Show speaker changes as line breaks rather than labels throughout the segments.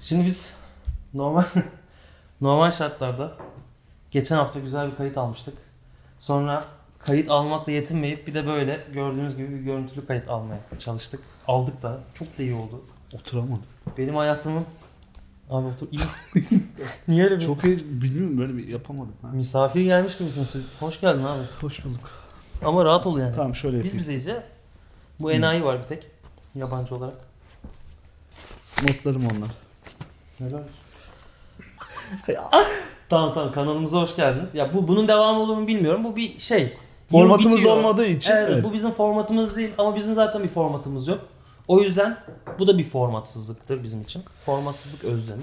Şimdi biz normal normal şartlarda geçen hafta güzel bir kayıt almıştık. Sonra kayıt almakla yetinmeyip bir de böyle gördüğünüz gibi bir görüntülü kayıt almaya çalıştık. Aldık da çok da iyi oldu.
Oturamadım.
Benim hayatımın abi otur iyi. Niye öyle bir
Çok iyi bilmiyorum böyle bir yapamadım. Ha.
misafir gelmiş gibisin. Hoş geldin abi.
Hoş bulduk.
Ama rahat ol yani.
Tamam şöyle
Biz
yapayım.
bizeyiz ya. Bu enayi var bir tek. Yabancı olarak.
Notlarım onlar.
Neden?
ah.
tamam tamam kanalımıza hoş geldiniz. Ya bu bunun devamı olur mu bilmiyorum. Bu bir şey. Yıl
Formatımız
bitiyor.
olmadığı için
Evet,
evet.
bu bizim formatımız değil ama bizim zaten bir formatımız yok. O yüzden bu da bir formatsızlıktır bizim için. Formatsızlık özlemi.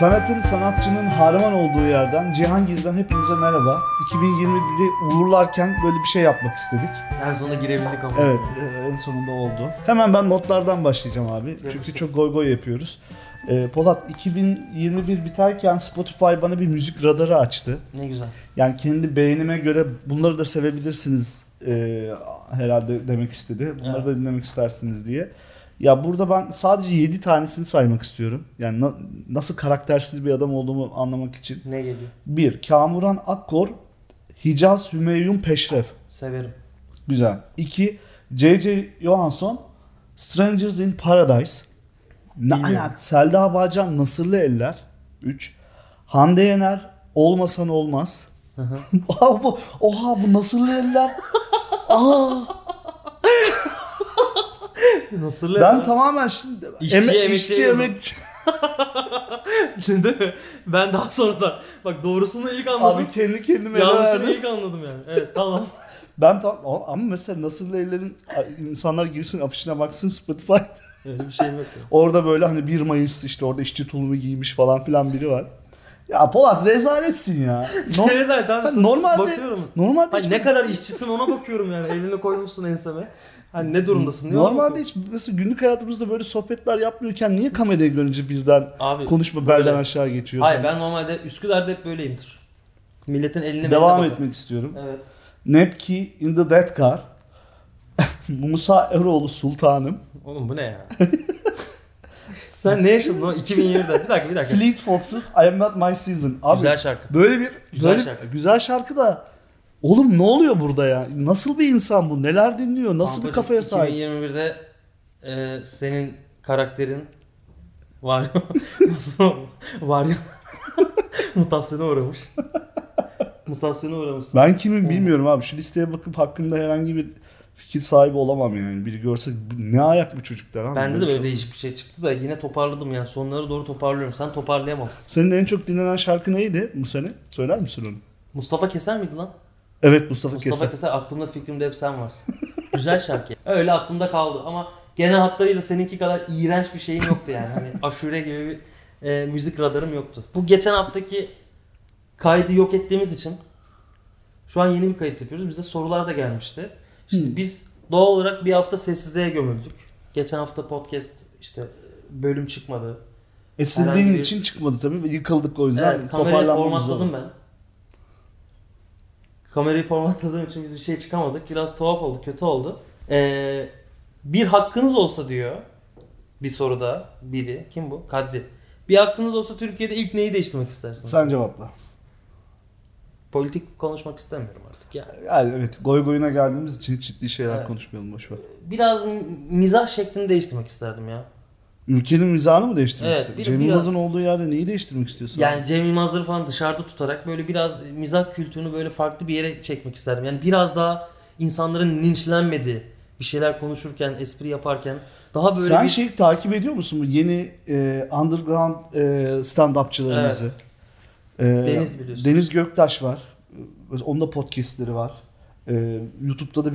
Sanatın, sanatçının harman olduğu yerden, Cihangir'den hepinize merhaba. 2021'i uğurlarken böyle bir şey yapmak istedik.
En sonunda girebildik ama.
Evet, e, en sonunda oldu. Hemen ben notlardan başlayacağım abi. Çünkü çok goy goy yapıyoruz. Ee, Polat, 2021 biterken Spotify bana bir müzik radarı açtı.
Ne güzel.
Yani kendi beğenime göre bunları da sevebilirsiniz e, herhalde demek istedi. Bunları
Evet.
da dinlemek istersiniz diye. Ya burada ben sadece 7 tanesini saymak istiyorum. Yani na- nasıl karaktersiz bir adam olduğumu anlamak için.
Ne geliyor?
1. Kamuran Akkor, Hicaz Hümeyun Peşref.
Severim.
Güzel. 2. C.C. Johansson, Strangers in Paradise. Ne
Bilmiyorum.
alaka? Selda Bağcan, Nasırlı Eller. 3. Hande Yener, Olmasan Olmaz.
Hı hı.
Aa, bu, oha bu nasıl eller? Aa,
Nasıl?
ben tamamen şimdi
İşçi,
eme-
emekçi
işçi
yazın.
emekçi.
Değil mi? Ben daha sonra da bak doğrusunu ilk anladım.
Abi kendi kendime ele
Yanlışını
verdim.
ilk anladım yani. Evet tamam.
Ben tam ama ama mesela nasıl ellerin insanlar girsin afişine baksın Spotify.
Öyle bir şeyim yok. yani.
Orada böyle hani 1 Mayıs işte orada işçi tulumu giymiş falan filan biri var. Ya Polat rezaletsin ya. No-
Ne zaten abi,
Ben
sırf
normalde-
bakıyorum.
normalde
Hani
hiç-
ne kadar işçisin ona bakıyorum yani. Elini koymuşsun enseme. Hani ne durumdasın diye. ona
Normalde
bakıyorum.
hiç mesela günlük hayatımızda böyle sohbetler yapmıyorken niye kamerayı görünce birden
Abi,
konuşma
böyle-
belden aşağı geçiyor?
Hayır
sana?
ben normalde Üsküdar'da hep böyleyimdir. Milletin eline
Devam
eline bakarım.
etmek istiyorum.
Evet.
Nepki in the Dead Car. Musa Eroğlu Sultanım.
Oğlum bu ne ya? Sen ne yaşadın o 2020'de? Bir dakika bir dakika.
Fleet Foxes I Am Not My Season. Abi
Güzel şarkı.
böyle bir
Güzel
böyle bir-
şarkı.
güzel şarkı da oğlum ne oluyor burada ya? Nasıl bir insan bu? Neler dinliyor? Nasıl bir
Kankacığım,
kafaya sahip?
2021'de e, senin karakterin var var ya mutasyona uğramış. mutasyona uğramışsın.
Ben kimim bilmiyorum abi. Şu listeye bakıp hakkında herhangi bir fikir sahibi olamam yani. Biri görse ne ayak bu çocuklar abi.
Bende de
şey.
böyle değişik bir şey çıktı da yine toparladım yani sonlara doğru toparlıyorum. Sen toparlayamamışsın.
Senin en çok dinlenen şarkı neydi bu sene? Söyler misin onu?
Mustafa Keser miydi lan?
Evet Mustafa,
Mustafa
Keser.
Keser aklımda fikrimde hep sen varsın. Güzel şarkı. Öyle aklımda kaldı ama genel hatlarıyla seninki kadar iğrenç bir şeyim yoktu yani. Hani aşure gibi bir e, müzik radarım yoktu. Bu geçen haftaki kaydı yok ettiğimiz için şu an yeni bir kayıt yapıyoruz. Bize sorular da gelmişti. Şimdi
Hmm.
biz doğal olarak bir hafta sessizliğe gömüldük. Geçen hafta podcast işte bölüm çıkmadı.
Esindiğin
Herhangi bir-
için çıkmadı tabii ve yıkıldık o yüzden.
Evet, kamerayı
toparlanmamız zor.
formatladım ben. Kamerayı formatladığım için biz bir şey çıkamadık. Biraz tuhaf oldu, kötü oldu. Ee, bir hakkınız olsa diyor bir soruda biri. Kim bu? Kadri. Bir hakkınız olsa Türkiye'de ilk neyi değiştirmek istersiniz?
Sen cevapla.
Politik konuşmak istemiyorum artık ya.
Yani evet goy goyuna geldiğimiz için ciddi şeyler
Evet.
konuşmayalım boşver.
Biraz m- mizah şeklini değiştirmek isterdim ya.
şey- e, E, E,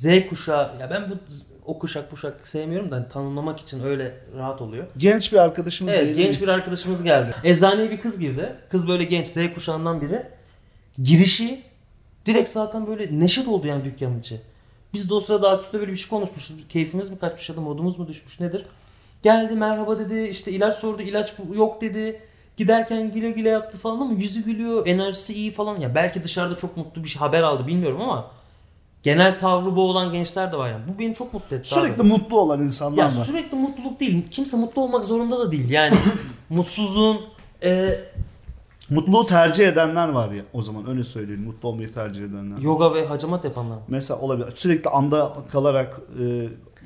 Ee, Z kuşağı ya ben bu o kuşak kuşak sevmiyorum da hani tanımlamak için öyle rahat oluyor.
Genç bir arkadaşımız
Evet
değil mi?
genç bir arkadaşımız geldi. Eczaneye bir kız girdi. Kız böyle genç Z kuşağından biri. Girişi direkt zaten böyle neşet oldu yani dükkanın içi. Biz de o sırada Akif'le böyle bir şey konuşmuşuz. Keyfimiz mi kaçmış ya da modumuz mu düşmüş nedir? Geldi merhaba dedi işte ilaç sordu ilaç bu- yok dedi. Giderken güle güle yaptı falan ama yüzü gülüyor enerjisi iyi falan. Ya belki dışarıda çok mutlu bir şey haber aldı bilmiyorum ama genel tavrı bu olan gençler de var yani. Bu beni çok mutlu etti. abi.
Sürekli mutlu olan
Ya
insanlar var.
sürekli mutluluk değil. Kimse mutlu olmak zorunda da değil. Yani mutsuzluğun e,
Mutluluğu tercih edenler var ya o zaman öyle söyleyeyim. Mutlu olmayı tercih edenler.
yoga ve hacamat yapanlar.
Mesela olabilir. Sürekli anda kalarak e,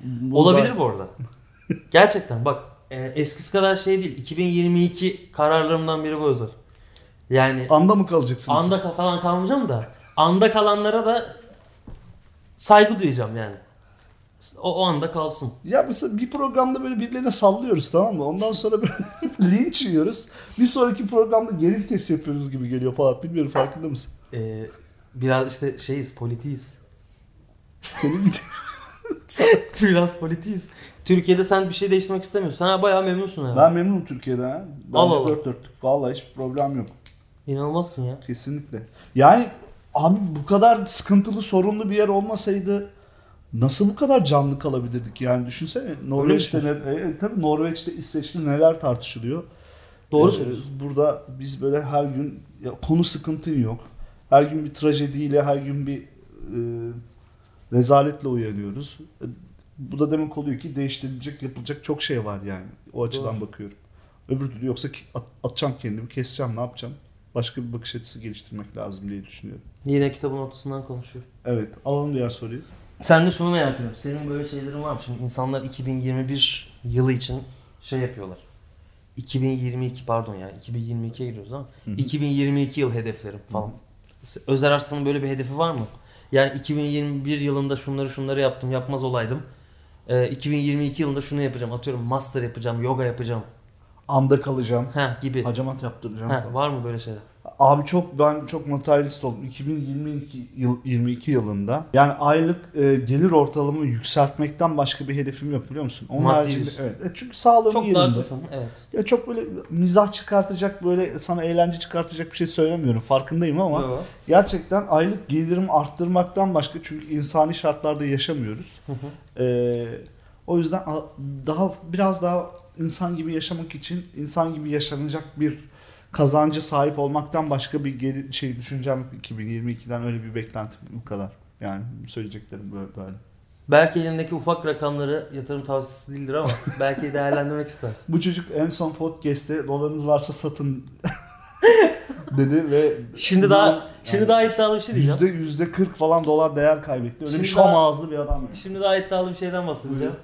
bunda-
Olabilir bu arada. Gerçekten bak e, eskisi kadar şey değil. 2022 kararlarımdan biri bu özel. Yani
Anda mı kalacaksın?
anda ka- falan kalmayacağım da anda kalanlara da saygı duyacağım yani. O, o anda kalsın.
Ya mesela bir programda böyle birilerine sallıyoruz tamam mı? Ondan sonra böyle linç yiyoruz. Bir sonraki programda geri vites yapıyoruz gibi geliyor Polat. Bilmiyorum farkında mısın?
E, biraz işte şeyiz, politiyiz.
Senin git.
Biraz politiyiz. Türkiye'de sen bir şey değiştirmek istemiyorsun. Sen bayağı memnunsun herhalde.
ben memnunum Türkiye'den ha.
Allah Allah.
Bence dört dörtlük. Vallahi hiç problem yok.
İnanılmazsın ya.
Kesinlikle. Yani abi bu kadar sıkıntılı, sorunlu bir yer olmasaydı nasıl bu kadar canlı kalabilirdik? Yani düşünsene Norveç'te, ne- e, tabii Norveç'te, İsveç'te neler tartışılıyor?
Doğru
Ee,
söylüyorsun.
Burada biz böyle her gün ya konu sıkıntın yok. Her gün bir trajediyle, her gün bir e, rezaletle uyanıyoruz. E, Bu da demek oluyor ki değiştirilecek, yapılacak çok şey var yani. O açıdan bakıyorum. Öbür türlü yoksa ki- at- atacağım kendimi, keseceğim, ne yapacağım? Başka bir bakış açısı geliştirmek lazım diye düşünüyorum.
Yine kitabın ortasından konuşuyor.
Evet, alalım diğer soruyu.
Sen de şunu merak ediyorum. Senin böyle şeylerin var mı? Şimdi insanlar 2021 yılı için şey yapıyorlar. 2022 pardon ya 2022'ye giriyoruz ama 2022 yıl hedeflerim falan. Özer Arslan'ın böyle bir hedefi var mı? Yani 2021 yılında şunları şunları yaptım yapmaz olaydım. Ee, 2022 yılında şunu yapacağım atıyorum master yapacağım yoga yapacağım
Anda kalacağım,
ha gibi.
hacamat yaptıracağım.
Ha,
falan.
var mı böyle şeyler?
Abi çok ben çok materyalist oldum. 2022 yıl 22 yılında yani aylık e, gelir ortalama yükseltmekten başka bir hedefim yok biliyor musun? Onun
Maddi
haricinde
bir-
evet. E, Çünkü sağlığım
Çok
yerinde.
da haklısın evet.
Ya çok böyle mizah çıkartacak böyle sana eğlence çıkartacak bir şey söylemiyorum. Farkındayım ama
Bravo.
gerçekten aylık gelirimi arttırmaktan başka çünkü insani şartlarda yaşamıyoruz. Ee, o yüzden a- daha biraz daha insan gibi yaşamak için insan gibi yaşanacak bir kazancı sahip olmaktan başka bir geri, şey düşüncem yok. 2022'den öyle bir beklentim bu kadar. Yani söyleyeceklerim böyle. böyle.
Belki elindeki ufak rakamları yatırım tavsiyesi değildir ama belki değerlendirmek istersin.
Bu çocuk en son podcast'te dolarınız varsa satın dedi ve
Şimdi daha şimdi daha iddialı bir şey diyeceğim.
yüzde yüzde 40 falan dolar değer kaybetti. Öyle
Şimdi
bir şom
daha-
ağızlı bir adam. yani.
Şimdi daha iddialı bir şeyden bahsedeceğim.
Buyurun.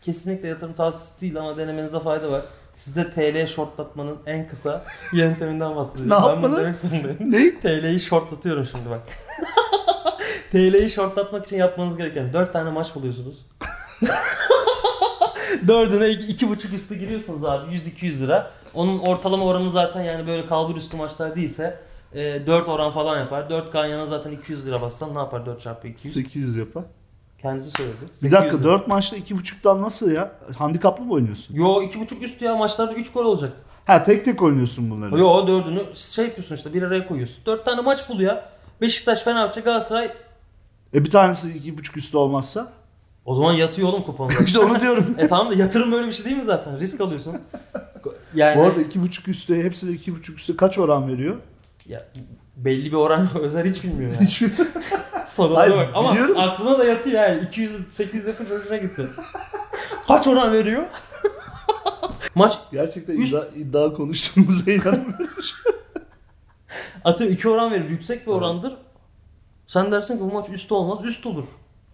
Kesinlikle yatırım tavsiyesi değil ama denemenizde fayda var. Size TL shortlatmanın en kısa yönteminden bahsedeceğim.
Ne
ben bunu
yapmadın?
demek zorundayım. TL'yi shortlatıyorum şimdi bak. TL'yi shortlatmak için yapmanız gereken 4 tane maç buluyorsunuz. Dördüne iki, iki buçuk üstü giriyorsunuz abi 100-200 lira. Onun ortalama oranı zaten yani böyle kalbur üstü maçlar değilse e, 4 oran falan yapar. 4 ganyana zaten 200 lira bassan ne yapar 4 çarpı 200?
800 yapar.
Kendisi söyledi.
Bir
800
dakika
lira.
4 maçta 2.5'dan nasıl ya? Handikaplı mı oynuyorsun?
Yo iki buçuk üst ya maçlarda 3 gol olacak.
Ha tek tek oynuyorsun bunları.
Yo dördünü şey yapıyorsun işte bir araya koyuyorsun. Dört tane maç bul ya. Beşiktaş, Fenerbahçe, Galatasaray.
E bir tanesi 2.5 üstü olmazsa?
O zaman yatıyor oğlum kuponda.
İşte onu diyorum.
e tamam da yatırım böyle bir şey değil mi zaten? Risk alıyorsun.
Bu
Yani
arada 2.5 üstü hepsi de 2.5 üstü kaç oran veriyor?
ya, belli bir oran özel hiç bilmiyor yani.
Hiç
Sorulara
Hayır,
bak. Ama
biliyorum.
aklına da yatıyor yani. 200 800 yapınca hoşuna gitti. Kaç oran veriyor? maç
Gerçekten
Üst-
iddia, iddia konuştuğumuza inanmıyorum.
Atıyor iki oran verir. Yüksek bir orandır. Sen dersin ki bu maç üst olmaz. Üst olur.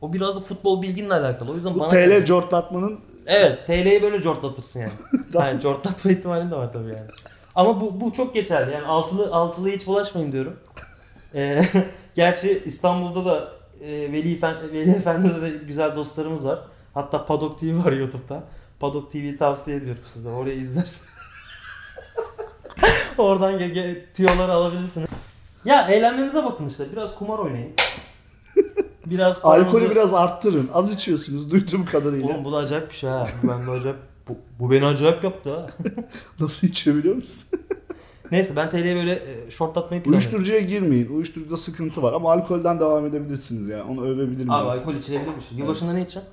O biraz da futbol bilginle alakalı. O yüzden
Bu
bana...
TL cortlatmanın
Evet. TL'yi böyle cortlatırsın yani.
Tamam.
yani cortlatma ihtimalin de var tabii yani. Ama bu, bu çok geçerli. Yani altılı, altılı hiç bulaşmayın diyorum. Ee, gerçi İstanbul'da da e, Veli, Efendi, Veli Efendi'de de güzel dostlarımız var. Hatta Padok TV var YouTube'da. Padok TV'yi tavsiye ediyorum size. Orayı izlersiniz. Oradan ge- ge- tüyoları alabilirsiniz. Ya eğlenmenize bakın işte. Biraz kumar oynayın. Biraz
Alkolü
paranızı-
biraz arttırın. Az içiyorsunuz duyduğum kadarıyla.
Oğlum bu da acayip bir şey ha. Bu Ben de acayip... Bu, bu beni acayip yaptı ha.
Nasıl içiyor biliyor musun?
Neyse ben TL'ye böyle e, şortlatmayı planlıyorum.
Uyuşturucuya girmeyin. Uyuşturucuda sıkıntı var ama alkolden devam edebilirsiniz yani. Onu övebilirim.
Abi
ben.
alkol içilebilir misin? Yılbaşında ne içeceksin?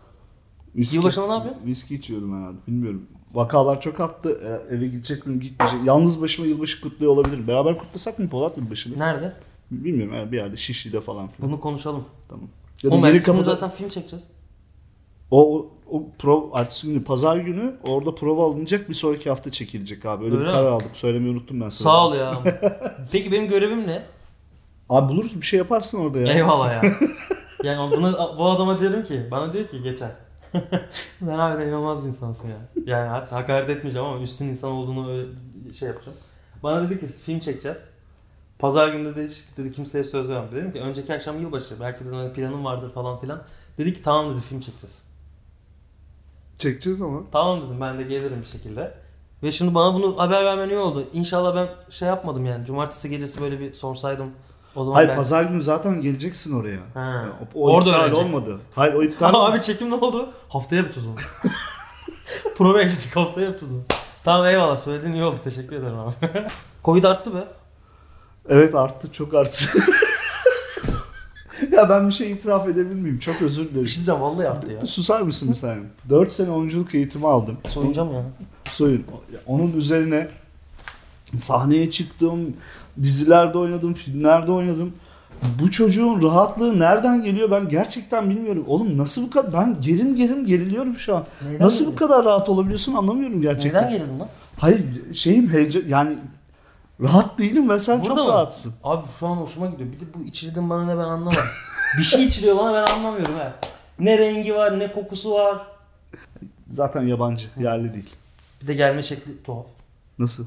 Viski-
Yılbaşında ne yapıyorsun?
Viski içiyorum herhalde. Bilmiyorum. Vakalar çok arttı. E, Eve gidecek miyim gitmeyecek. Yalnız başıma yılbaşı kutluyor olabilirim. Beraber kutlasak mı Polat yılbaşını?
Nerede?
Bilmiyorum yani bir yerde Şişli'de falan filan.
Bunu konuşalım.
Tamam. Ya da
Oğlum
yeni
ertesi
kapıda
gün zaten film çekeceğiz.
o, o, o prov, ertesi günü pazar günü orada prova alınacak bir sonraki hafta çekilecek abi. Öyle,
Öyle
bir
mi?
karar aldık. Söylemeyi unuttum ben sana.
Sağ ol ya. Peki benim görevim ne?
Abi buluruz bir şey yaparsın orada ya.
Eyvallah ya. Yani bunu, bu adama diyorum ki, bana diyor ki geçen. Sen harbiden inanılmaz bir insansın ya. Yani hatta hakaret etmeyeceğim ama üstün insan olduğunu öyle şey yapacağım. Bana dedi ki film çekeceğiz. Pazar günü de hiç dedi kimseye söz vermem. Dedim ki önceki akşam yılbaşı belki de hani planım vardır falan filan. Dedi ki tamam dedi film çekeceğiz.
Çekeceğiz ama.
Tamam dedim ben de gelirim bir şekilde. Ve şimdi bana bunu haber vermen iyi oldu. İnşallah ben şey yapmadım yani. Cumartesi gecesi böyle bir sorsaydım. O zaman
Hayır
belki-
pazar günü zaten geleceksin oraya.
Ha.
Yani O, o
Orada
iptal
öğrenecek.
olmadı. Hayır o iptal
Tamam abi çekim ne oldu? Haftaya yapacağız onu. Prova ekledik haftaya yapacağız onu. Tamam eyvallah söylediğin iyi oldu teşekkür ederim abi. Covid arttı be.
Evet arttı çok arttı. ya ben bir şey itiraf edebilir miyim? Çok özür
Bir şey
dilerim.
diyeceğim vallahi arttı ya.
Susar mısın bir saniye? 4 sene oyunculuk eğitimi aldım.
Soyunacağım ya.
Soyun. Onun üzerine sahneye çıktım, dizilerde oynadım, filmlerde oynadım. Bu çocuğun rahatlığı nereden geliyor ben gerçekten bilmiyorum. Oğlum nasıl bu kadar ben gerim gerim geriliyorum şu an.
Neyden
nasıl bu
geriliyorsun?
kadar rahat olabiliyorsun anlamıyorum gerçekten.
Neden gerildin lan?
Hayır şeyim heyecan yani rahat değilim ve sen
Burada
çok
mı?
rahatsın.
Abi şu an hoşuma gidiyor. Bir de bu içirdiğin bana ne ben anlamadım. bir şey içiliyor bana ben anlamıyorum ha. Ne rengi var ne kokusu var.
Zaten yabancı, yerli değil.
Bir de gelme şekli tuhaf.
Nasıl?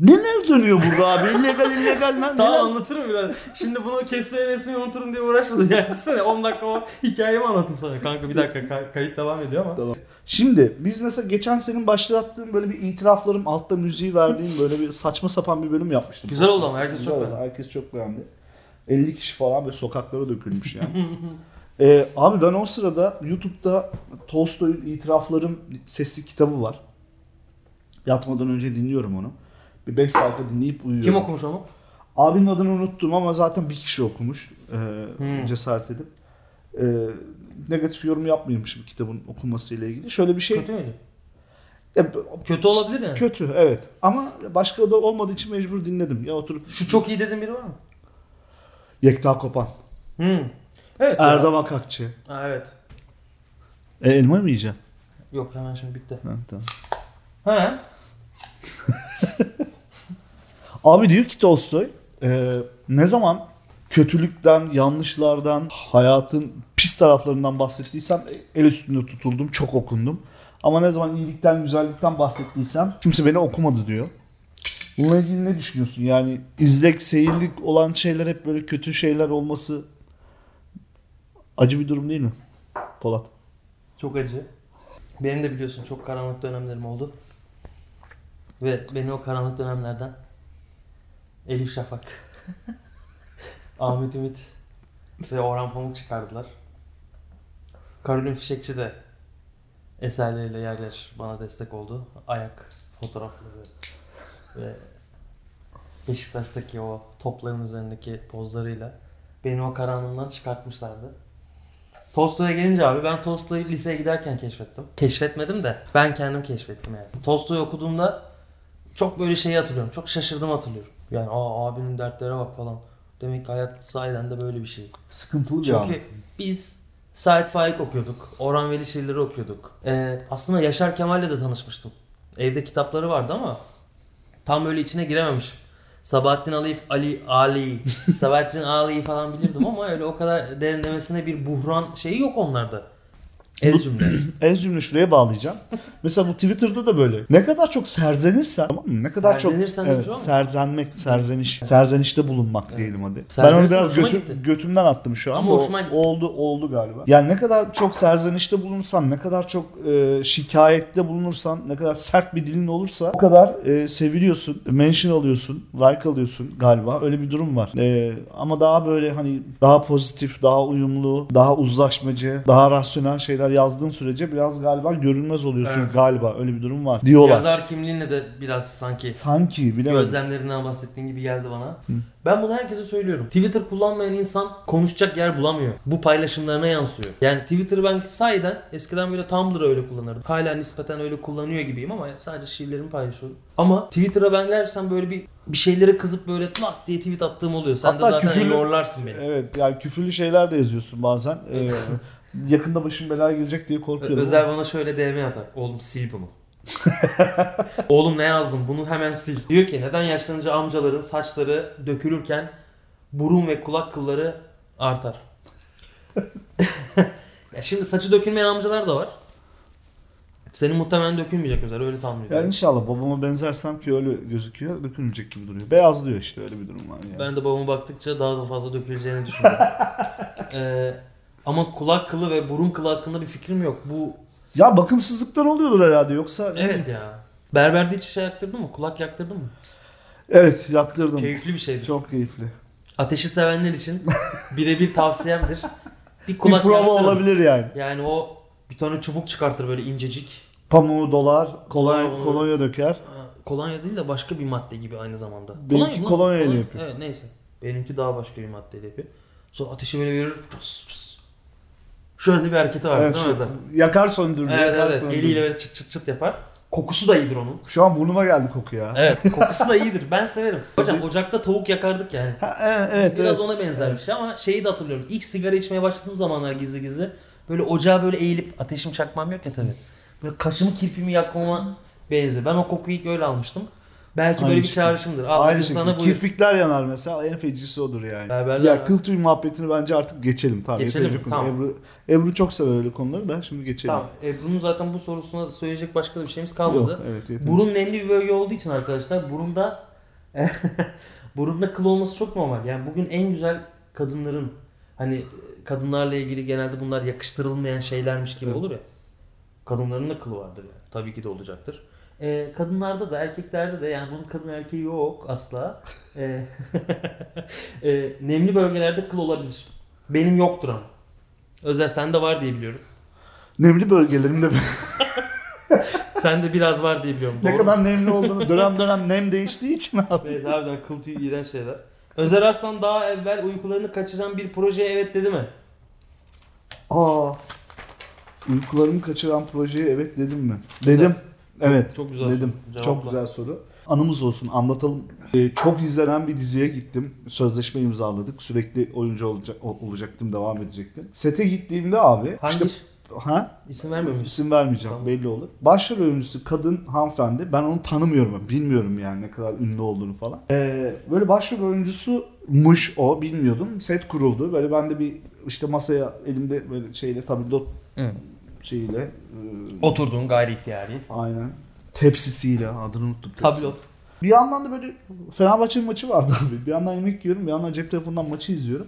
Neler dönüyor burada abi? İllegal illegal lan.
Daha
Neler?
anlatırım biraz. Şimdi bunu kesmeye resmeye unuturum diye uğraşmadım. Yani Düşünsene 10 dakika o hikayemi anlattım sana. Kanka bir dakika kay- kayıt devam ediyor ama.
Tamam. Şimdi biz mesela geçen senin başlattığın böyle bir itiraflarım altta müziği verdiğim böyle bir saçma sapan bir bölüm yapmıştım.
Güzel oldu ama herkes
Güzel
çok
oldu,
beğendi.
Herkes çok beğendi. 50 kişi falan böyle sokaklara dökülmüş yani. Ee, abi ben o sırada YouTube'da Tolstoy'un İtiraflarım sesli kitabı var. Yatmadan önce dinliyorum onu. Bir 5 sayfa dinleyip uyuyorum.
Kim okumuş onu?
Abinin adını unuttum ama zaten bir kişi okumuş e,
Hmm.
cesaret edip. E, negatif yorum yapmayayım şimdi kitabın okunmasıyla ilgili. Şöyle bir şey.
Kötü müydü?
E,
Kötü olabilir yani.
kötü evet ama başka da olmadığı için mecbur dinledim. Ya oturup
Şu çok iyi dediğin biri var mı?
Yekta Kopan,
Hmm. Evet.
Erdem Akakçı.
Ha, evet.
E, elma mı yiyeceksin?
Yok hemen şimdi bitti.
Ha, tamam.
Ha?
Abi diyor ki Tolstoy e, ne zaman kötülükten, yanlışlardan, hayatın pis taraflarından bahsettiysem el üstünde tutuldum, çok okundum. Ama ne zaman iyilikten, güzellikten bahsettiysem kimse beni okumadı diyor. Bununla ilgili ne düşünüyorsun? Yani izlek, seyirlik olan şeyler hep böyle kötü şeyler olması acı bir durum değil mi Polat?
Çok acı. Benim de biliyorsun çok karanlık dönemlerim oldu. Ve beni o karanlık dönemlerden Elif Şafak, Ahmet Ümit ve Orhan Pamuk çıkardılar. Karolin Fişekçi de eserleriyle yer yer bana destek oldu. Ayak fotoğrafları ve Beşiktaş'taki o topların üzerindeki pozlarıyla beni o karanlığından çıkartmışlardı. Tolstoy'a gelince abi ben Tolstoy'u liseye giderken keşfettim. Keşfetmedim de ben kendim keşfettim yani. Tolstoy'u okuduğumda çok böyle şeyi hatırlıyorum. Çok şaşırdım hatırlıyorum. Yani aa abinin dertlere bak falan. Demek ki hayat sahiden de böyle bir şey.
Sıkıntılı bir
Çünkü biz Sait Faik okuyorduk. Orhan Veli şiirleri okuyorduk. Ee, aslında Yaşar Kemal'le de tanışmıştım. Evde kitapları vardı ama tam böyle içine girememişim. Sabahattin Ali, Ali, Ali, Sabahattin Ali falan bilirdim ama öyle o kadar derinlemesine bir buhran şeyi yok onlarda. Ez cümle.
Ez cümle şuraya bağlayacağım. Mesela bu Twitter'da da böyle. Ne kadar çok serzenirsen tamam mı? Ne kadar
Serzenirsen
çok
de
evet,
güzel mi?
serzenmek, serzeniş, serzenişte bulunmak diyelim hadi. Ben onu
Serzenirsen
biraz
hoşuma
götü-
gitti.
götümden attım şu an.
Ama
da o-
hoşuma gitti.
oldu oldu galiba. Yani ne kadar çok serzenişte bulunursan, ne kadar çok e, şikayette bulunursan, ne kadar sert bir dilin olursa o kadar e, seviliyorsun, mention alıyorsun, like alıyorsun galiba. Öyle bir durum var. E, ama daha böyle hani daha pozitif, daha uyumlu, daha uzlaşmacı, daha rasyonel şeyler yazdığın sürece biraz galiba görünmez oluyorsun
Evet.
galiba. Öyle bir durum var diyorlar.
Yazar kimliğinle de biraz sanki
Sanki bilemedim.
gözlemlerinden bahsettiğin gibi geldi bana. Ben bunu herkese söylüyorum. Twitter kullanmayan insan konuşacak yer bulamıyor. Bu paylaşımlarına yansıyor. Yani Twitter'ı ben sahiden eskiden böyle Tumblr'ı öyle kullanırdım. Hala nispeten öyle kullanıyor gibiyim ama sadece şiirlerimi paylaşıyorum. Ama Twitter'a ben gerçekten böyle bir bir şeylere kızıp böyle lak diye tweet attığım oluyor. Sen
Hatta
de zaten
küfürlü-
yorlarsın beni.
Evet yani küfürlü şeyler de yazıyorsun bazen. E, yakında başım belaya gelecek diye korkuyorum.
Özel bana şöyle DM atar. Oğlum sil bunu. Oğlum ne yazdım bunu hemen sil. Diyor ki neden yaşlanınca amcaların saçları dökülürken burun ve kulak kılları artar. ya şimdi saçı dökülmeyen amcalar da var. Senin muhtemelen dökülmeyecek özel öyle tahmin
Ya
ediyorum.
inşallah babama benzersem ki öyle gözüküyor. Dökülmeyecek gibi duruyor. Beyazlıyor işte öyle bir durum var yani.
Ben de babama baktıkça daha da fazla döküleceğini düşünüyorum. Ee, ama kulak kılı ve burun kılı hakkında bir fikrim yok. Bu
Ya bakımsızlıktan oluyordur herhalde yoksa.
evet ya. Berberde hiç şey yaktırdın mı? Kulak yaktırdın mı?
Evet yaktırdım.
Keyifli bir şeydir.
Çok keyifli.
Ateşi sevenler için birebir tavsiyemdir. Bir
Bir
kulak
prova
yaktırın.
olabilir yani.
Yani o bir tane çubuk çıkartır böyle incecik.
Pamuğu dolar, kolonya,
Kolonya-
kolonya döker.
Ha, Kolonya değil de başka bir madde gibi aynı zamanda.
Benimki
mı?
kolonya ile yapıyor.
Evet neyse. Benimki daha başka bir maddeyle yapıyor. Sonra ateşi böyle verir. Pıs pıs. Şöyle bir hareketi var
Evet,
değil mi
şu-
Özel?
yakar söndürür.
Evet
yakar
evet.
söndürür.
Eliyle böyle çıt çıt çıt yapar. Kokusu da iyidir onun.
Şu an burnuma geldi koku ya.
Evet kokusu da iyidir. Ben severim. Hocam ocakta tavuk yakardık yani.
Ha, evet, evet,
Biraz
evet.
ona benzer bir şey ama şeyi de hatırlıyorum. İlk sigara içmeye başladığım zamanlar gizli gizli böyle ocağa böyle eğilip ateşim çakmam yok ya tabii. Böyle kaşımı kirpimi yakmama benziyor. Ben o kokuyu ilk öyle almıştım. Belki
Aynı
böyle bir
şekilde.
çağrışımdır. Abi
Aynı
dedim
şekilde.
sana buyur.
Kirpikler yanar mesela. En fecisi odur yani.
Berberler
ya
var.
kıl tüy muhabbetini bence artık geçelim. Tamam,
Geçelim
yeterince
mi?
konu.
Tamam.
Ebru, Ebru çok sever öyle konuları da şimdi geçelim.
Tamam. Ebru'nun zaten bu sorusuna söyleyecek başka da bir şeyimiz
Yok,
kalmadı.
evet, yeterince.
Burun nemli bir bölge olduğu için arkadaşlar burunda burunda kıl olması çok normal. Yani bugün en güzel kadınların hani kadınlarla ilgili genelde bunlar yakıştırılmayan şeylermiş gibi
Evet.
olur ya. Kadınların da kılı vardır yani. Tabii ki de olacaktır. Ee, kadınlarda da erkeklerde de yani bunun kadın erkeği yok asla. Ee, ee, nemli bölgelerde kıl olabilir. Benim yoktur ama. Özer sende var diye biliyorum.
Nemli bölgelerinde
Sende biraz var diye biliyorum.
ne
Doğru mu?
kadar nemli olduğunu dönem dönem nem değiştiği için abi.
Evet harbiden kıl tüyü iğrenç şeyler. Özer Arslan daha evvel uykularını kaçıran bir projeye evet dedi mi?
Aa. Uykularımı kaçıran projeye evet dedim mi? Dedim. Evet.
Çok güzel
Dedim.
soru.
Çok
Cevapla.
güzel soru. Anımız olsun anlatalım. Ee, çok izlenen bir diziye gittim. Sözleşme imzaladık. Sürekli oyuncu olacak, ol- olacaktım, devam edecektim. Sete gittiğimde abi
Hangi?
işte ha
İsim vermiyor muyuz?
İsim vermeyeceğim
Tamam.
belli olur. Başrol oyuncusu kadın hanımefendi. Ben onu tanımıyorum. Bilmiyorum yani ne kadar ünlü olduğunu falan. Ee, böyle başrol oyuncusu'muş o bilmiyordum. Set kuruldu. Böyle ben de bir işte masaya elimde böyle şeyle tabildot
Evet.
şeyiyle e,
Oturduğun gayri ihtiyari.
aynen tepsisiyle adını unuttum.
Tablo.
Bir yandan da böyle Fenerbahçe'nin maçı vardı abi. Bir yandan yemek yiyorum, bir yandan cep telefonundan maçı izliyorum.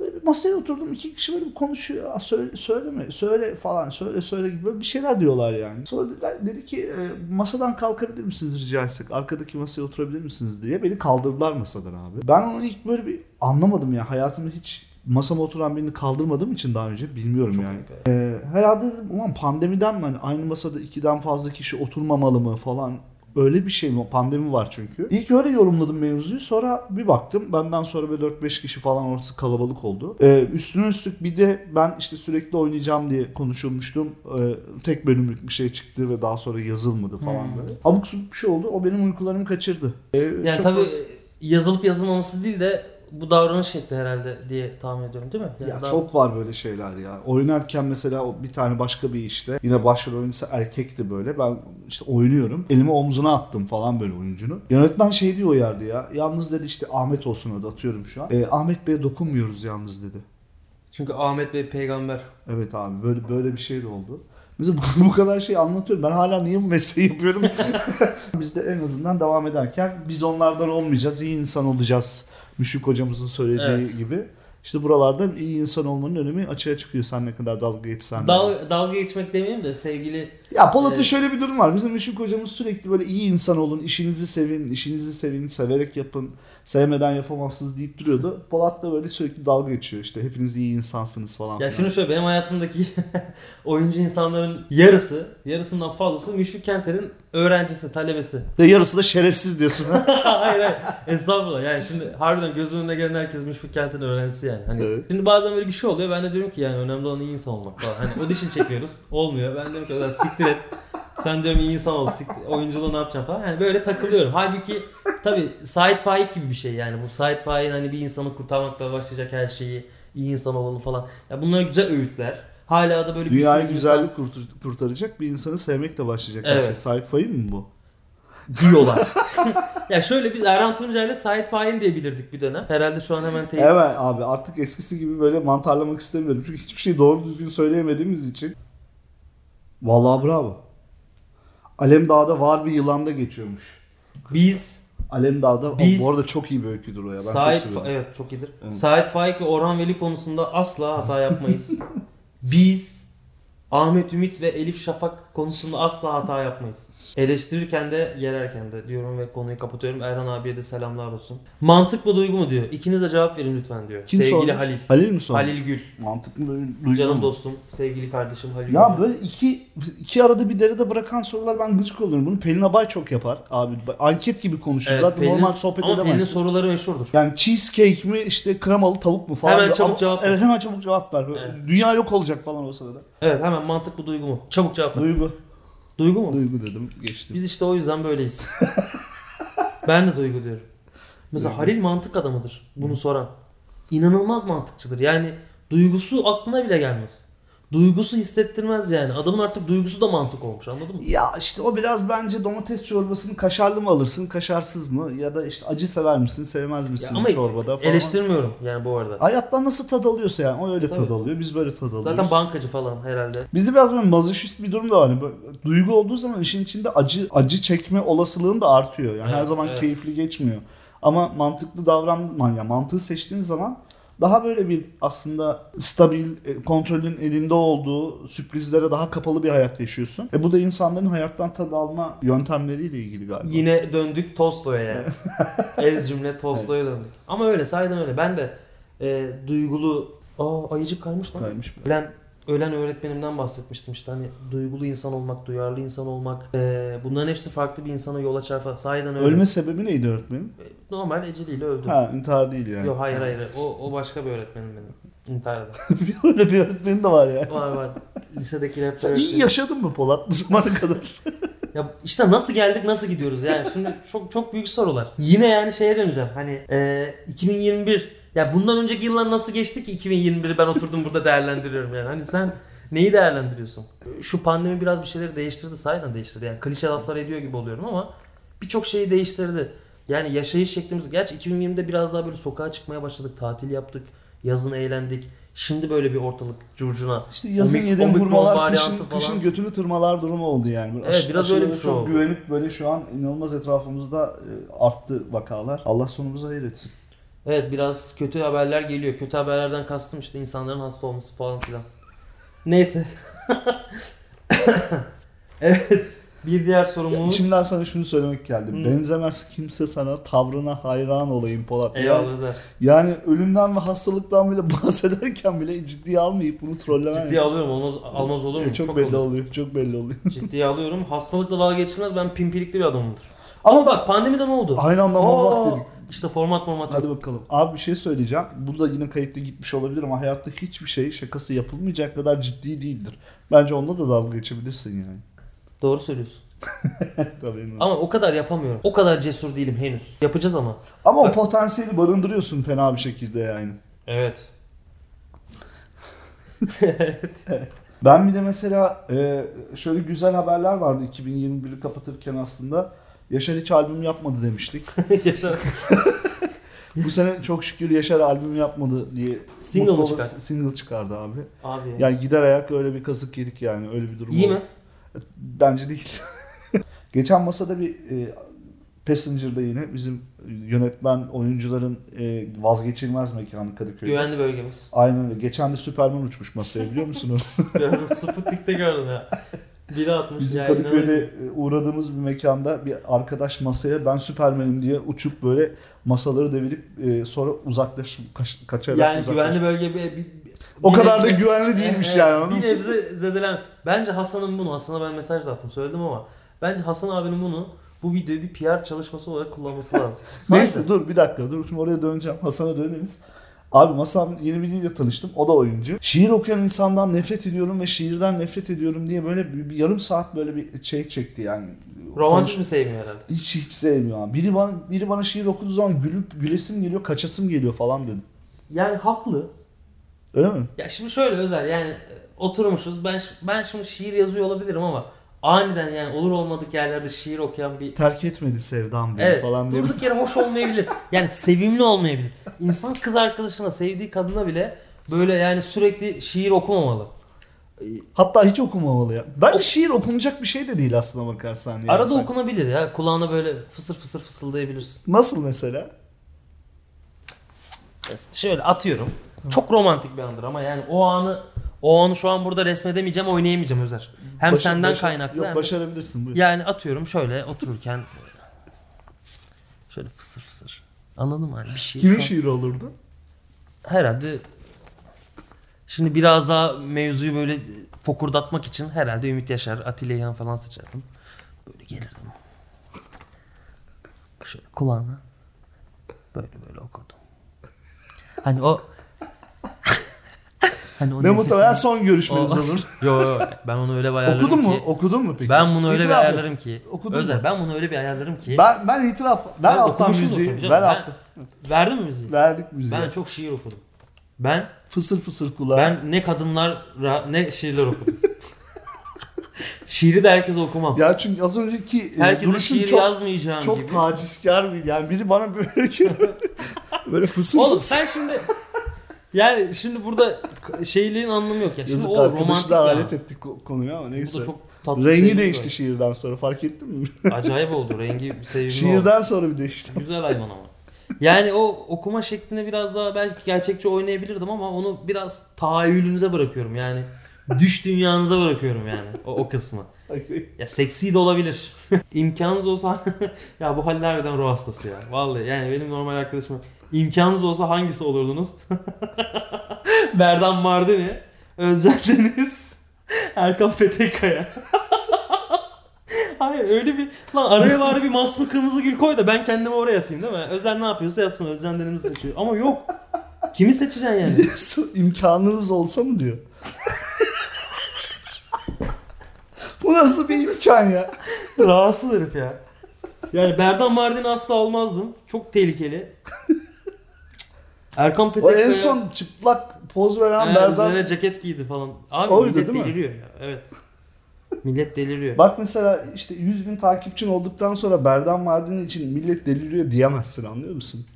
Böyle bir masaya oturdum. iki kişi böyle bir konuşuyor. Aa, söyle, söyleme, söyle falan, söyle, söyle gibi böyle bir şeyler diyorlar yani. Sonra dediler- dedi ki e, masadan kalkabilir misiniz rica etsek? Arkadaki masaya oturabilir misiniz diye. Beni kaldırdılar masadan abi. Ben onu ilk böyle bir anlamadım ya. Hayatımda hiç masama oturan birini kaldırmadığım için daha önce bilmiyorum yani. Ee, herhalde dedim ulan pandemiden mi? Hani aynı masada ikiden fazla kişi oturmamalı mı falan. Öyle bir şey mi? Pandemi var çünkü. İlk öyle yorumladım mevzuyu. Sonra bir baktım. Benden sonra böyle 4-5 kişi falan orası kalabalık oldu. Ee, üstüne üstlük bir de ben işte sürekli oynayacağım diye konuşulmuştum. Ee, tek bölümlük bir şey çıktı ve daha sonra yazılmadı falan
Hmm.
böyle. Abuk subuk bir şey oldu. O benim uykularımı kaçırdı. Ee,
Yani
çok
tabii
basit.
yazılıp yazılmaması değil de bu davranış şekli herhalde diye tahmin ediyorum değil mi? Yani
Ya
daha-
çok var böyle şeyler ya. Oynarken mesela o bir tane başka bir işte yine başrol oyuncusu erkekti böyle. Ben işte oynuyorum. Elimi omzuna attım falan böyle oyuncunun. Yönetmen şey diyor "Ee, uyardı ya. Yalnız dedi işte Ahmet olsun adı atıyorum şu an. E, Ahmet Bey'e dokunmuyoruz yalnız dedi.
Çünkü Ahmet Bey peygamber.
Evet abi böyle böyle bir şey de oldu. Mesela bu, bu kadar şey anlatıyorum. Ben hala niye bu mesleği yapıyorum? biz de en azından devam ederken biz onlardan olmayacağız. iyi insan olacağız. Müşfik hocamızın söylediği
Evet.
gibi. İşte buralarda iyi insan olmanın önemi açığa çıkıyor sen ne kadar dalga geçsen. de.
Dal, dalga geçmek demeyeyim de sevgili
Ya Polat'ın
Evet.
şöyle bir durum var. Bizim Müşfik hocamız sürekli böyle iyi insan olun, işinizi sevin, işinizi sevin, severek yapın, sevmeden yapamazsınız deyip duruyordu. Polat da böyle sürekli dalga geçiyor işte. Hepiniz iyi insansınız falan.
Ya
filan.
şunu şöyle benim hayatımdaki oyuncu insanların yarısı, yarısından fazlası Müşfik Kenter'in öğrencisi, talebesi.
Ve yarısı da şerefsiz diyorsun.
hayır hayır. Estağfurullah. Yani şimdi harbiden gözümün önüne gelen herkes Müşfik Kenter'in öğrencisi yani. Hani
Evet.
şimdi bazen böyle bir şey oluyor. Ben de diyorum ki yani önemli olan iyi insan olmak falan. Hani audition çekiyoruz. Olmuyor. Ben diyorum ki "Ulan siktir et. Sen diyorum iyi insan ol. Siktir. Oyunculuğu ne yapacaksın falan. Hani böyle takılıyorum. Halbuki tabii Sait Faik gibi bir şey yani. Bu Sait Faik'in hani bir insanı kurtarmakla başlayacak her şeyi. iyi insan olalım falan. Ya bunlar güzel öğütler. Hala da böyle bir
Dünyayı
sürü
güzellik kurtar- kurtaracak bir insanı sevmekle başlayacak. her
Evet.
Şey. Sait Fahin mi bu?
insan diyorlar. ya şöyle biz Erhan Tuncay ile Sait Faik'in diyebilirdik bir dönem. Herhalde şu an hemen teyit
Evet abi artık eskisi gibi böyle mantarlamak istemiyorum. Çünkü hiçbir şey doğru düzgün söyleyemediğimiz için. Vallahi bravo. Alem Dağ'da var bir yılanda geçiyormuş.
Biz
Alem Dağ'da
Biz-
bu arada çok iyi bir öyküdür o ya. Ben
Sait
çok
Fa-
seviyorum.
evet çok iyidir.
Evet.
Sait Faik ve Orhan Veli konusunda asla hata yapmayız. Biz Ahmet Ümit ve Elif Şafak konusunda asla hata yapmayız. Eleştirirken de yererken de diyorum ve konuyu kapatıyorum. Erhan abiye de selamlar olsun. Mantık mı duygu mu diyor. İkiniz de cevap verin lütfen diyor.
Kim
sevgili
sormuş?
Halil.
Halil mi sormuş?
Halil Gül.
Mantıklı duy-
Canım
duydum.
dostum. Sevgili kardeşim Halil
Ya
Gül.
böyle iki, iki arada bir derede bırakan sorular ben gıcık oluyorum. Bunu Pelin Abay çok yapar. Abi anket gibi konuşur.
Evet,
şey, Zaten
Pelin'in-
normal sohbet
Ama Pelin'in
edemezsin.
soruları meşhurdur.
Yani cheesecake mi işte kremalı tavuk mu falan.
Hemen
Böyle-
çabuk
ama-
cevap ver.
Evet hemen çabuk cevap ver. Böyle
Evet.
Dünya yok olacak falan o sırada.
Evet hemen mantık mı duygu mu? Çabuk cevap ver.
Duygu.
Duygu mu?
Duygu dedim geçtim.
Biz işte o yüzden böyleyiz. ben de duygu diyorum. Mesela
Duygu.
Halil mantık adamıdır bunu soran. İnanılmaz mantıkçıdır. Yani duygusu aklına bile gelmez. Duygusu hissettirmez yani. Adamın artık duygusu da mantık olmuş anladın mı?
Ya işte o biraz bence domates çorbasını kaşarlı mı alırsın kaşarsız mı ya da işte acı sever misin sevmez misin
ama
çorbada falan.
Eleştirmiyorum yani bu arada.
Hayattan nasıl tad alıyorsa yani o öyle
Tabii.
tad alıyor biz böyle tad alıyoruz.
Zaten bankacı falan herhalde.
Bizde biraz böyle mazoşist bir durum da var. Hani böyle duygu olduğu zaman işin içinde acı acı çekme olasılığın da artıyor. Yani her
Evet,
zaman
evet.
keyifli geçmiyor. Ama mantıklı davranman ya mantığı seçtiğin zaman daha böyle bir aslında stabil, e, kontrolün elinde olduğu, sürprizlere daha kapalı bir hayat yaşıyorsun. E bu da insanların hayattan tad alma yöntemleriyle ilgili galiba.
Yine döndük Tolstoy'a yani. Ez cümle Tolstoy'a döndük. Ama öyle sahiden öyle. Ben de e, duygulu... Aa ayıcık kaymış lan.
Kaymış.
Ölen, ölen öğretmenimden bahsetmiştim işte hani duygulu insan olmak, duyarlı insan olmak eee, bunların hepsi farklı bir insana yol açar falan. Sahiden öyle. E,
Ölme sebebi neydi öğretmenim?
Normal eceliyle öldü.
Ha intihar değil yani.
Yok hayır hayır o, o başka bir öğretmenim benim. İntihar eden.
Öyle bir öğretmenin de var ya.
Var var. Lisedekiler hep
Sen iyi
öğretmen.
yaşadın mı Polat bu zamana kadar?
Ya işte nasıl geldik nasıl gidiyoruz yani şimdi çok çok büyük sorular. Yine yani şeye döneceğim hani eee, 2021 ya bundan önceki yıllar nasıl geçti ki 2021'i ben oturdum burada değerlendiriyorum yani. Hani sen neyi değerlendiriyorsun? Şu pandemi biraz bir şeyleri değiştirdi sahiden değiştirdi yani klişe laflar ediyor gibi oluyorum ama birçok şeyi değiştirdi. Yani yaşayış şeklimiz gerçi 2020'de biraz daha böyle sokağa çıkmaya başladık tatil yaptık yazın eğlendik. Şimdi böyle bir ortalık curcuna.
İşte yazın
Omik-
yediğim
omikron
hurmalar,
varyantı
kışın,
falan.
kışın götünü tırmalar durumu oldu yani. Böyle
Evet, biraz öyle bir
aşılara
şey
çok
oldu.
Güvenip böyle şu an inanılmaz etrafımızda e, arttı vakalar. Allah sonumuzu hayır etsin.
Evet biraz kötü haberler geliyor. Kötü haberlerden kastım işte insanların hasta olması falan filan. Neyse. evet. Bir diğer sorumuz.
İçimden sana şunu söylemek geldi.
Hı.
Benzemez kimse sana tavrına hayran olayım Polat.
Eyvallah
Yani,
Özer.
yani ölümden ve hastalıktan bile bahsederken bile ciddiye almayıp bunu trollemen.
Ciddiye alıyorum. Olmaz, almaz olur mu?
çok,
Çok
belli
olur.
oluyor. Çok belli oluyor.
Ciddiye alıyorum. Hastalıkla dalga geçilmez. Ben pimpirikli bir adamımdır. Ama bak pandemide ne oldu?
Aynı anda
Aa,
Allah dedik.
İşte format format.
Hadi bakalım. Abi bir şey söyleyeceğim. Bu da yine kayıtta gitmiş olabilir ama hayatta hiçbir şey şakası yapılmayacak kadar ciddi değildir. Bence onunla da dalga geçebilirsin yani.
Doğru söylüyorsun.
Tabii eminim.
Ama o kadar yapamıyorum. O kadar cesur değilim henüz. Yapacağız ama.
Ama o potansiyeli barındırıyorsun fena bir şekilde yani.
Evet.
Ben bir de mesela e, şöyle güzel haberler vardı 2021'i kapatırken aslında. Yaşar hiç albüm yapmadı demiştik.
Yaşar.
Bu sene çok şükür Yaşar albüm yapmadı diye.
Single
mutlu
mı
olup-
çıkar?
Single çıkardı abi.
Abi.
Yani gider ayak öyle bir kasık yedik yani öyle bir durum
iyi
oldu.
mi?
Bence değil. Geçen masada bir e, Passenger'da yine bizim yönetmen oyuncuların e, vazgeçilmez mekanı Kadıköy'de.
Güvenli bölgemiz.
Aynen öyle. Geçen de Superman uçmuş masaya biliyor musunuz?
Gördüm. Sputnik'te gördüm ya. Biri atmış
Bizim
yayına.
Kadıköy'de e, uğradığımız bir mekanda bir arkadaş masaya ben Süpermen'im diye uçup böyle masaları devirip e, sonra uzaklaş kaç, kaçarak
Yani
uzaklaş-
güvenli bölge bir, bir-
O
bir
kadar da
nebze-
güvenli değilmiş
Evet,
yani. onun.
Bir nebze zedelen. Bence Hasan'ın bunu, Hasan'a ben mesaj da attım söyledim ama bence Hasan abinin bunu bu videoyu bir PR çalışması olarak kullanması lazım.
Neyse dur bir dakika dur şimdi oraya döneceğim. Hasan'a döneriz. Abi Masam yeni biriyle tanıştım. O da oyuncu. Şiir okuyan insandan nefret ediyorum ve şiirden nefret ediyorum diye böyle bir, bir yarım saat böyle bir şey çekti yani. Konuş-
Romantizmi sevmiyor herhalde.
Hiç hiç sevmiyor. abi. Biri bana, biri bana şiir okuduğu zaman gülüp gülesim geliyor, kaçasım geliyor falan dedi.
Yani haklı.
Öyle mi?
Ya şimdi şöyle Özer yani e, oturmuşuz. Ben ş- ben şimdi şiir yazıyor olabilirim ama aniden yani olur olmadık yerlerde şiir okuyan bir
Terk etmedi sevdam beni
Evet,
Hani falan diye.
durduk yere hoş olmayabilir. Yani sevimli olmayabilir. İnsan kız arkadaşına, sevdiği kadına bile böyle yani sürekli şiir okumamalı.
Hatta hiç okumamalı ya. Bence şiir okunacak bir şey de değil aslına bakarsan. yani.
Arada
Sen-
okunabilir ya. Kulağına böyle fısır fısır fısıldayabilirsin.
Nasıl mesela?
Şöyle atıyorum. Çok romantik bir andır ama yani o anı o anı şu an burada resmedemeyeceğim, oynayamayacağım Özer. Hem
Başa-
senden
başa-
kaynaklı
Yok
hem de-
başarabilirsin buyur.
Yani atıyorum şöyle otururken şöyle fısır fısır. Anladın mı? Hani bir şey.
Kimin
şu an-
şiiri olurdu?
herhalde şimdi biraz daha mevzuyu böyle fokurdatmak için herhalde Ümit Yaşar, Atilla İlhan falan seçerdim. Böyle gelirdim. Şöyle kulağına böyle böyle okurdum. Hani o hani o
Ve muhtemelen
nefesini-
son görüşmeniz
O-
olur.
Yo, yo, ben onu öyle bir ayarlarım
Okudun mu?
ki.
Okudun mu peki?
Ben bunu öyle
İtiraf
bir
et.
ayarlarım ki.
Okudun
Özer
mu?
ben bunu öyle bir ayarlarım ki.
Ben, ben itiraf. Ben,
Ben
alttan
okumuşum
müziği.
tabii
Ben,
canım. Ben-
alttan.
Verdim mi müziği?
Verdik müziği.
Ben çok şiir okudum. Ben
Fısır fısır kulağa.
Ben ne kadınlara ne şiirler okudum. Şiiri de herkes okumam.
Ya çünkü az önceki e,
Herkese
duruşun
şiir
çok,
yazmayacağım
çok
gibi.
tacizkar bir. Yani biri bana böyle böyle fısır
Oğlum
fısır.
sen şimdi yani şimdi burada k- şeyliğin anlamı yok ya. Şimdi
Yazık
o romantik
arkadaşı da
ya.
alet ettik ko- konuyu ama
Bu
neyse.
da çok tatlı
Rengi
sevgi
değişti
var.
şiirden sonra fark ettin mi?
Acayip oldu. Rengi sevimli oldu.
Şiirden sonra bir değişti.
Güzel hayvan ama. Yani o okuma şeklinde biraz daha belki gerçekçi oynayabilirdim ama onu biraz tahayyülünüze bırakıyorum. Yani düş dünyanıza bırakıyorum yani o, o kısmı. Ya seksi de olabilir. imkanınız olsa ya bu haller harbiden ruh hastası ya. Vallahi yani benim normal arkadaşım imkanınız olsa hangisi olurdunuz? Berdan Mardini, Özcan Deniz, Erkan Petekkaya. Hayır öyle bir lan araya bari bir Mahsun Kırmızıgül koy da ben kendimi oraya atayım değil mi? Özden ne yapıyorsa yapsın Özden Deniz'i seçiyor. Ama yok. Kimi seçeceksin yani?
İmkanınız olsa mı diyor. Bu nasıl bir imkan ya?
Rahatsız herif ya. Yani Berdan Mardin'i asla almazdım. Çok tehlikeli. Erkan
O
Petekkaya
en son çıplak poz veren
eğer
Berdan.
üzerine ceket giydi falan. Abi
Oydu,
millet
değil mi?
deliriyor ya. Evet. millet deliriyor.
Bak mesela işte 100 bin takipçin olduktan sonra Berdan Mardin için millet deliriyor diyemezsin anlıyor musun?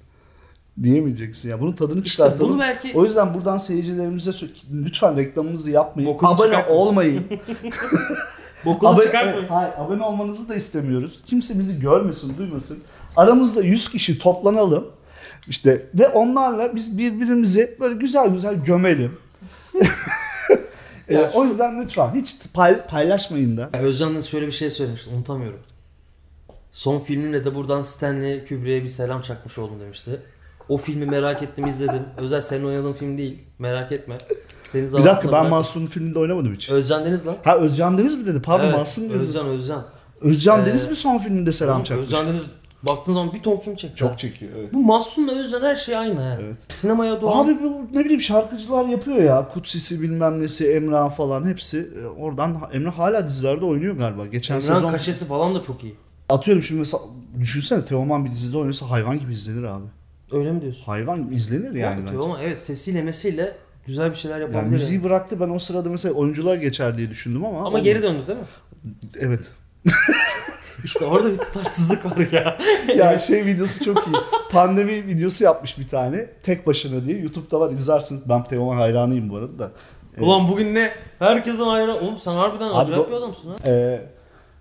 Diyemeyeceksin ya. Bunun tadını
İşte
çıkartalım.
bunu belki
O yüzden buradan seyircilerimize sö- lütfen reklamımızı yapmayın.
Bokunu
abone
çıkartmayın.
olmayın.
bokunu
Abone-
çıkartmayın.
Hayır, abone olmanızı da istemiyoruz. Kimse bizi görmesin, duymasın. Aramızda 100 kişi toplanalım. İşte ve onlarla biz birbirimizi böyle güzel güzel gömelim. Ee,
Ya
o yüzden lütfen hiç pay- paylaşmayın da.
Ya Özcan'ın şöyle bir şey söylemişti. Unutamıyorum. Son filmimle de buradan Stanley Kubrick'e bir selam çakmış oldum demişti. O filmi merak ettim izledim. Özel senin oynadığın film değil. Merak etme. Senin
Bir dakika ben
Mahsun.
Mahsun'un filminde oynamadım hiç.
Özcan Deniz lan.
Ha Özcan Deniz mi dedi? Pardon
Evet,
Mahsun dedi. Özcan,
Özcan Özcan. Ee,
Deniz mi son filminde selam
Tamam,
çakmış?
Özcan Deniz baktığın zaman bir ton film çekti. ha.
Çok çekiyor evet.
Bu Mahsun'la Özcan her şey aynı yani.
Evet.
Sinemaya doğan
Abi bu ne bileyim şarkıcılar yapıyor ya. Kutsisi bilmem nesi Emrah falan hepsi. E, Oradan Emre hala dizilerde oynuyor galiba. Geçen
Emrah'ın
sezon
kaşesi falan da çok iyi.
atıyorum şimdi mesela düşünsene Teoman bir dizide oynuyorsa hayvan gibi izlenir abi.
Öyle mi diyorsun?
Hayvan gibi izlenir yani.
Yani
bence.
ama evet sesiyle mesiyle güzel bir şeyler
Yani
yapabilir.
müziği
yani.
bıraktı ben o sırada mesela oyunculuğa geçer diye düşündüm ama.
Ama geri döndü değil mi?
Evet.
İşte orada bir tutarsızlık var ya.
ya şey videosu çok iyi. Pandemi videosu yapmış bir tane. Tek başına diye. Youtube'da var izlersiniz. Ben Teoman hayranıyım bu arada da.
Ulan bugün ne? Herkesin ayrı. Oğlum sen harbiden
Abi
acayip
do-
bir adamsın ha.
Ee,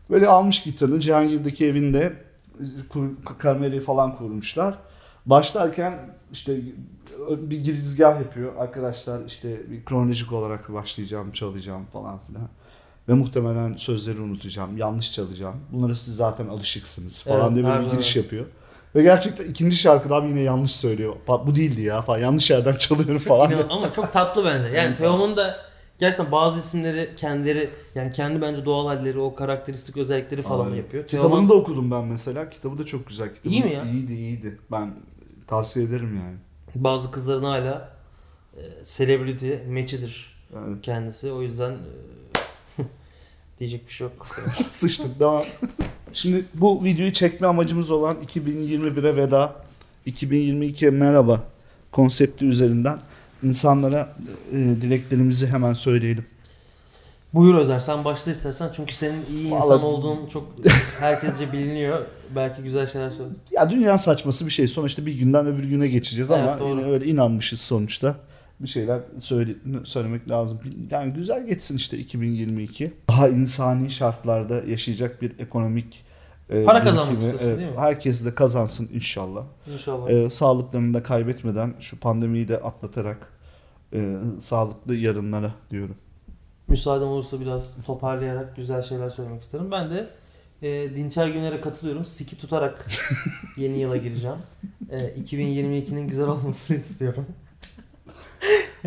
böyle almış gitarını Cihangir'deki evinde e, kur- kamerayı falan kurmuşlar. Başlarken işte bir girizgah yapıyor. Arkadaşlar işte bir kronolojik olarak başlayacağım, çalacağım falan filan. Ve muhtemelen sözleri unutacağım, yanlış çalacağım. Bunlara siz zaten alışıksınız falan
Evet,
diye böyle bir
harbiden
giriş yapıyor. Ve gerçekten ikinci şarkıda abi yine yanlış söylüyor. "Pa- Bu değildi ya falan. Yanlış yerden çalıyorum falan.
İnan- ama çok tatlı bence. Yani Teoman da gerçekten bazı isimleri kendileri yani kendi bence doğal halleri o karakteristik özellikleri falan
Aynen.
yapıyor.
Kitabını
Teoman
da okudum ben mesela. Kitabı da çok güzel. Kitabı
İyi mi ya?
İyiydi iyiydi. Ben tavsiye ederim yani.
bazı kızların hala e, celebrity meçidir
yani
kendisi. O yüzden e, diyecek bir şey yok.
sıçtık devam. Şimdi bu videoyu çekme amacımız olan 2021'e veda, 2022'ye merhaba konsepti üzerinden insanlara e, dileklerimizi hemen söyleyelim.
Buyur Özer sen başla istersen çünkü senin iyi
Vallahi-
insan olduğun çok herkesce biliniyor. Belki güzel şeyler söyle.
Ya dünya saçması bir şey. Sonuçta bir günden öbür güne geçeceğiz ama
Evet, doğru.
yine öyle inanmışız sonuçta. Bir şeyler söyle, söylemek lazım. Yani güzel geçsin işte 2022. Daha insani şartlarda yaşayacak bir ekonomik e,
Para kazanmak
birikimi.
istiyorsun,
evet,
değil mi?
Herkes de kazansın inşallah.
İnşallah.
Ee, sağlıklarını da kaybetmeden şu pandemiyi de atlatarak e, sağlıklı yarınlara diyorum.
müsaadem olursa biraz toparlayarak güzel şeyler söylemek isterim. Ben de e, Dinçer Güner'e katılıyorum. Siki tutarak yeni yıla gireceğim. E, 2022'nin güzel olmasını istiyorum.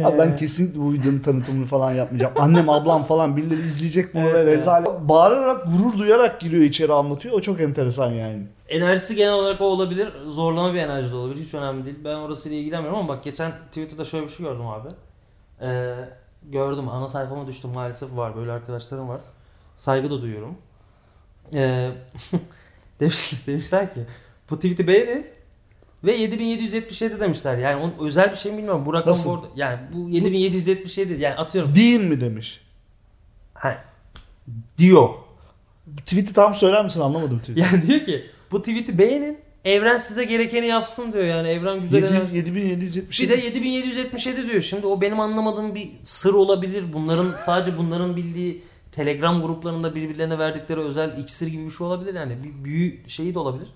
Abi ben
E,
kesinlikle bu videonun tanıtımını falan yapmayacağım. Annem ablam falan birileri izleyecek bunu
Evet
ve
ya.
rezalet. Bağırarak gurur duyarak giriyor içeri anlatıyor. O çok enteresan yani.
Enerjisi genel olarak o olabilir. Zorlama bir enerji de olabilir. Hiç önemli değil. Ben orasıyla ilgilenmiyorum ama bak geçen Twitter'da şöyle bir şey gördüm abi. E, gördüm. Ana sayfama düştüm. Maalesef var. Böyle arkadaşlarım var. Saygı da duyuyorum. E, demiş, demişler ki bu tweet'i beğenin ve 7777 demişler. Yani onun özel bir şey mi bilmiyorum. Bu rakam
Nasıl?
bu arada- yani bu 7777 yani atıyorum.
Din mi demiş.
Ha, diyor.
Tweet'i tam söyler misin anlamadım tweet'i.
Yani diyor ki bu tweet'i beğenin. Evren size gerekeni yapsın diyor. Yani evren güzel
Yedi-
enerji-
7770
Bir de 7777 diyor. Şimdi o benim anlamadığım bir sır olabilir. Bunların sadece bunların bildiği Telegram gruplarında birbirlerine verdikleri özel iksir gibi bir şey olabilir yani. Bir büyü şeyi de olabilir.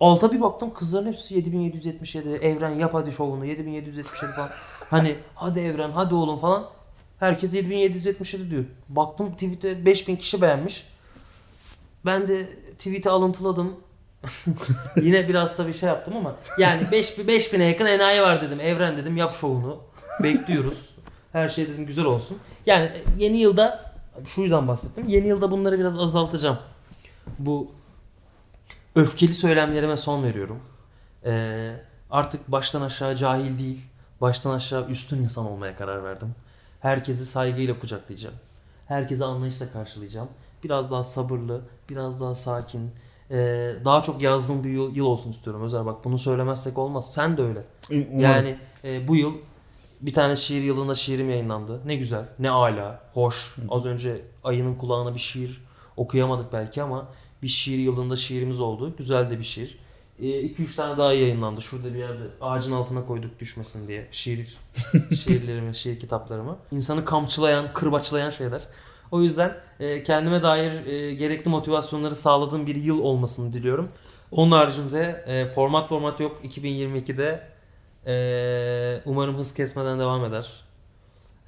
Alta bir baktım kızların hepsi 7777 evren yap hadi şovunu 7777 falan. hani hadi evren hadi oğlum falan. Herkes 7777 diyor. Baktım tweet'e 5000 kişi beğenmiş. Ben de tweet'i alıntıladım. Yine biraz da bir şey yaptım ama yani 5000 5000'e yakın enayi var dedim. Evren dedim yap şovunu. Bekliyoruz. Her şey dedim güzel olsun. Yani yeni yılda şu yüzden bahsettim. Yeni yılda bunları biraz azaltacağım. Bu öfkeli söylemlerime son veriyorum. Ee, artık baştan aşağı cahil değil, baştan aşağı üstün insan olmaya karar verdim. Herkesi saygıyla kucaklayacağım. Herkesi anlayışla karşılayacağım. Biraz daha sabırlı, biraz daha sakin, ee, daha çok yazdığım bir yıl, yıl olsun istiyorum Özer. Bak bunu söylemezsek olmaz. Sen de öyle.
Yani
Yani e, bu yıl bir tane şiir yılında şiirim yayınlandı. Ne güzel, ne ala, hoş. Az önce ayının kulağına bir şiir okuyamadık belki ama bir şiir yılında şiirimiz oldu. Güzel de bir şiir. 2-3 tane daha yayınlandı. Şurada bir yerde ağacın altına koyduk düşmesin diye. Şiir şiirlerimi, şiir kitaplarımı. İnsanı kamçılayan, kırbaçlayan şeyler. O yüzden e, kendime dair e, gerekli motivasyonları sağladığım bir yıl olmasını diliyorum. Onun haricinde e, format format yok 2022'de. Ee, umarım hız kesmeden devam eder.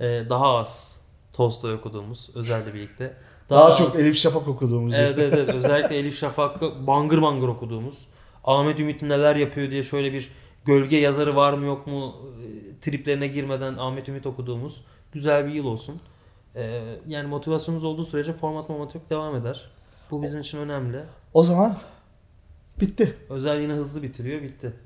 Ee, daha az Tolstoy okuduğumuz özelde birlikte.
daha,
az-
çok Elif Şafak okuduğumuz
Evet
işte.
evet evet. Özellikle Elif Şafak'ı bangır bangır okuduğumuz. Ahmet Ümit neler yapıyor diye şöyle bir gölge yazarı var mı yok mu e, triplerine girmeden Ahmet Ümit okuduğumuz güzel bir yıl olsun. Ee, yani motivasyonumuz olduğu sürece format format yok devam eder. Bu bizim için önemli.
O zaman bitti.
Özel yine hızlı bitiriyor bitti.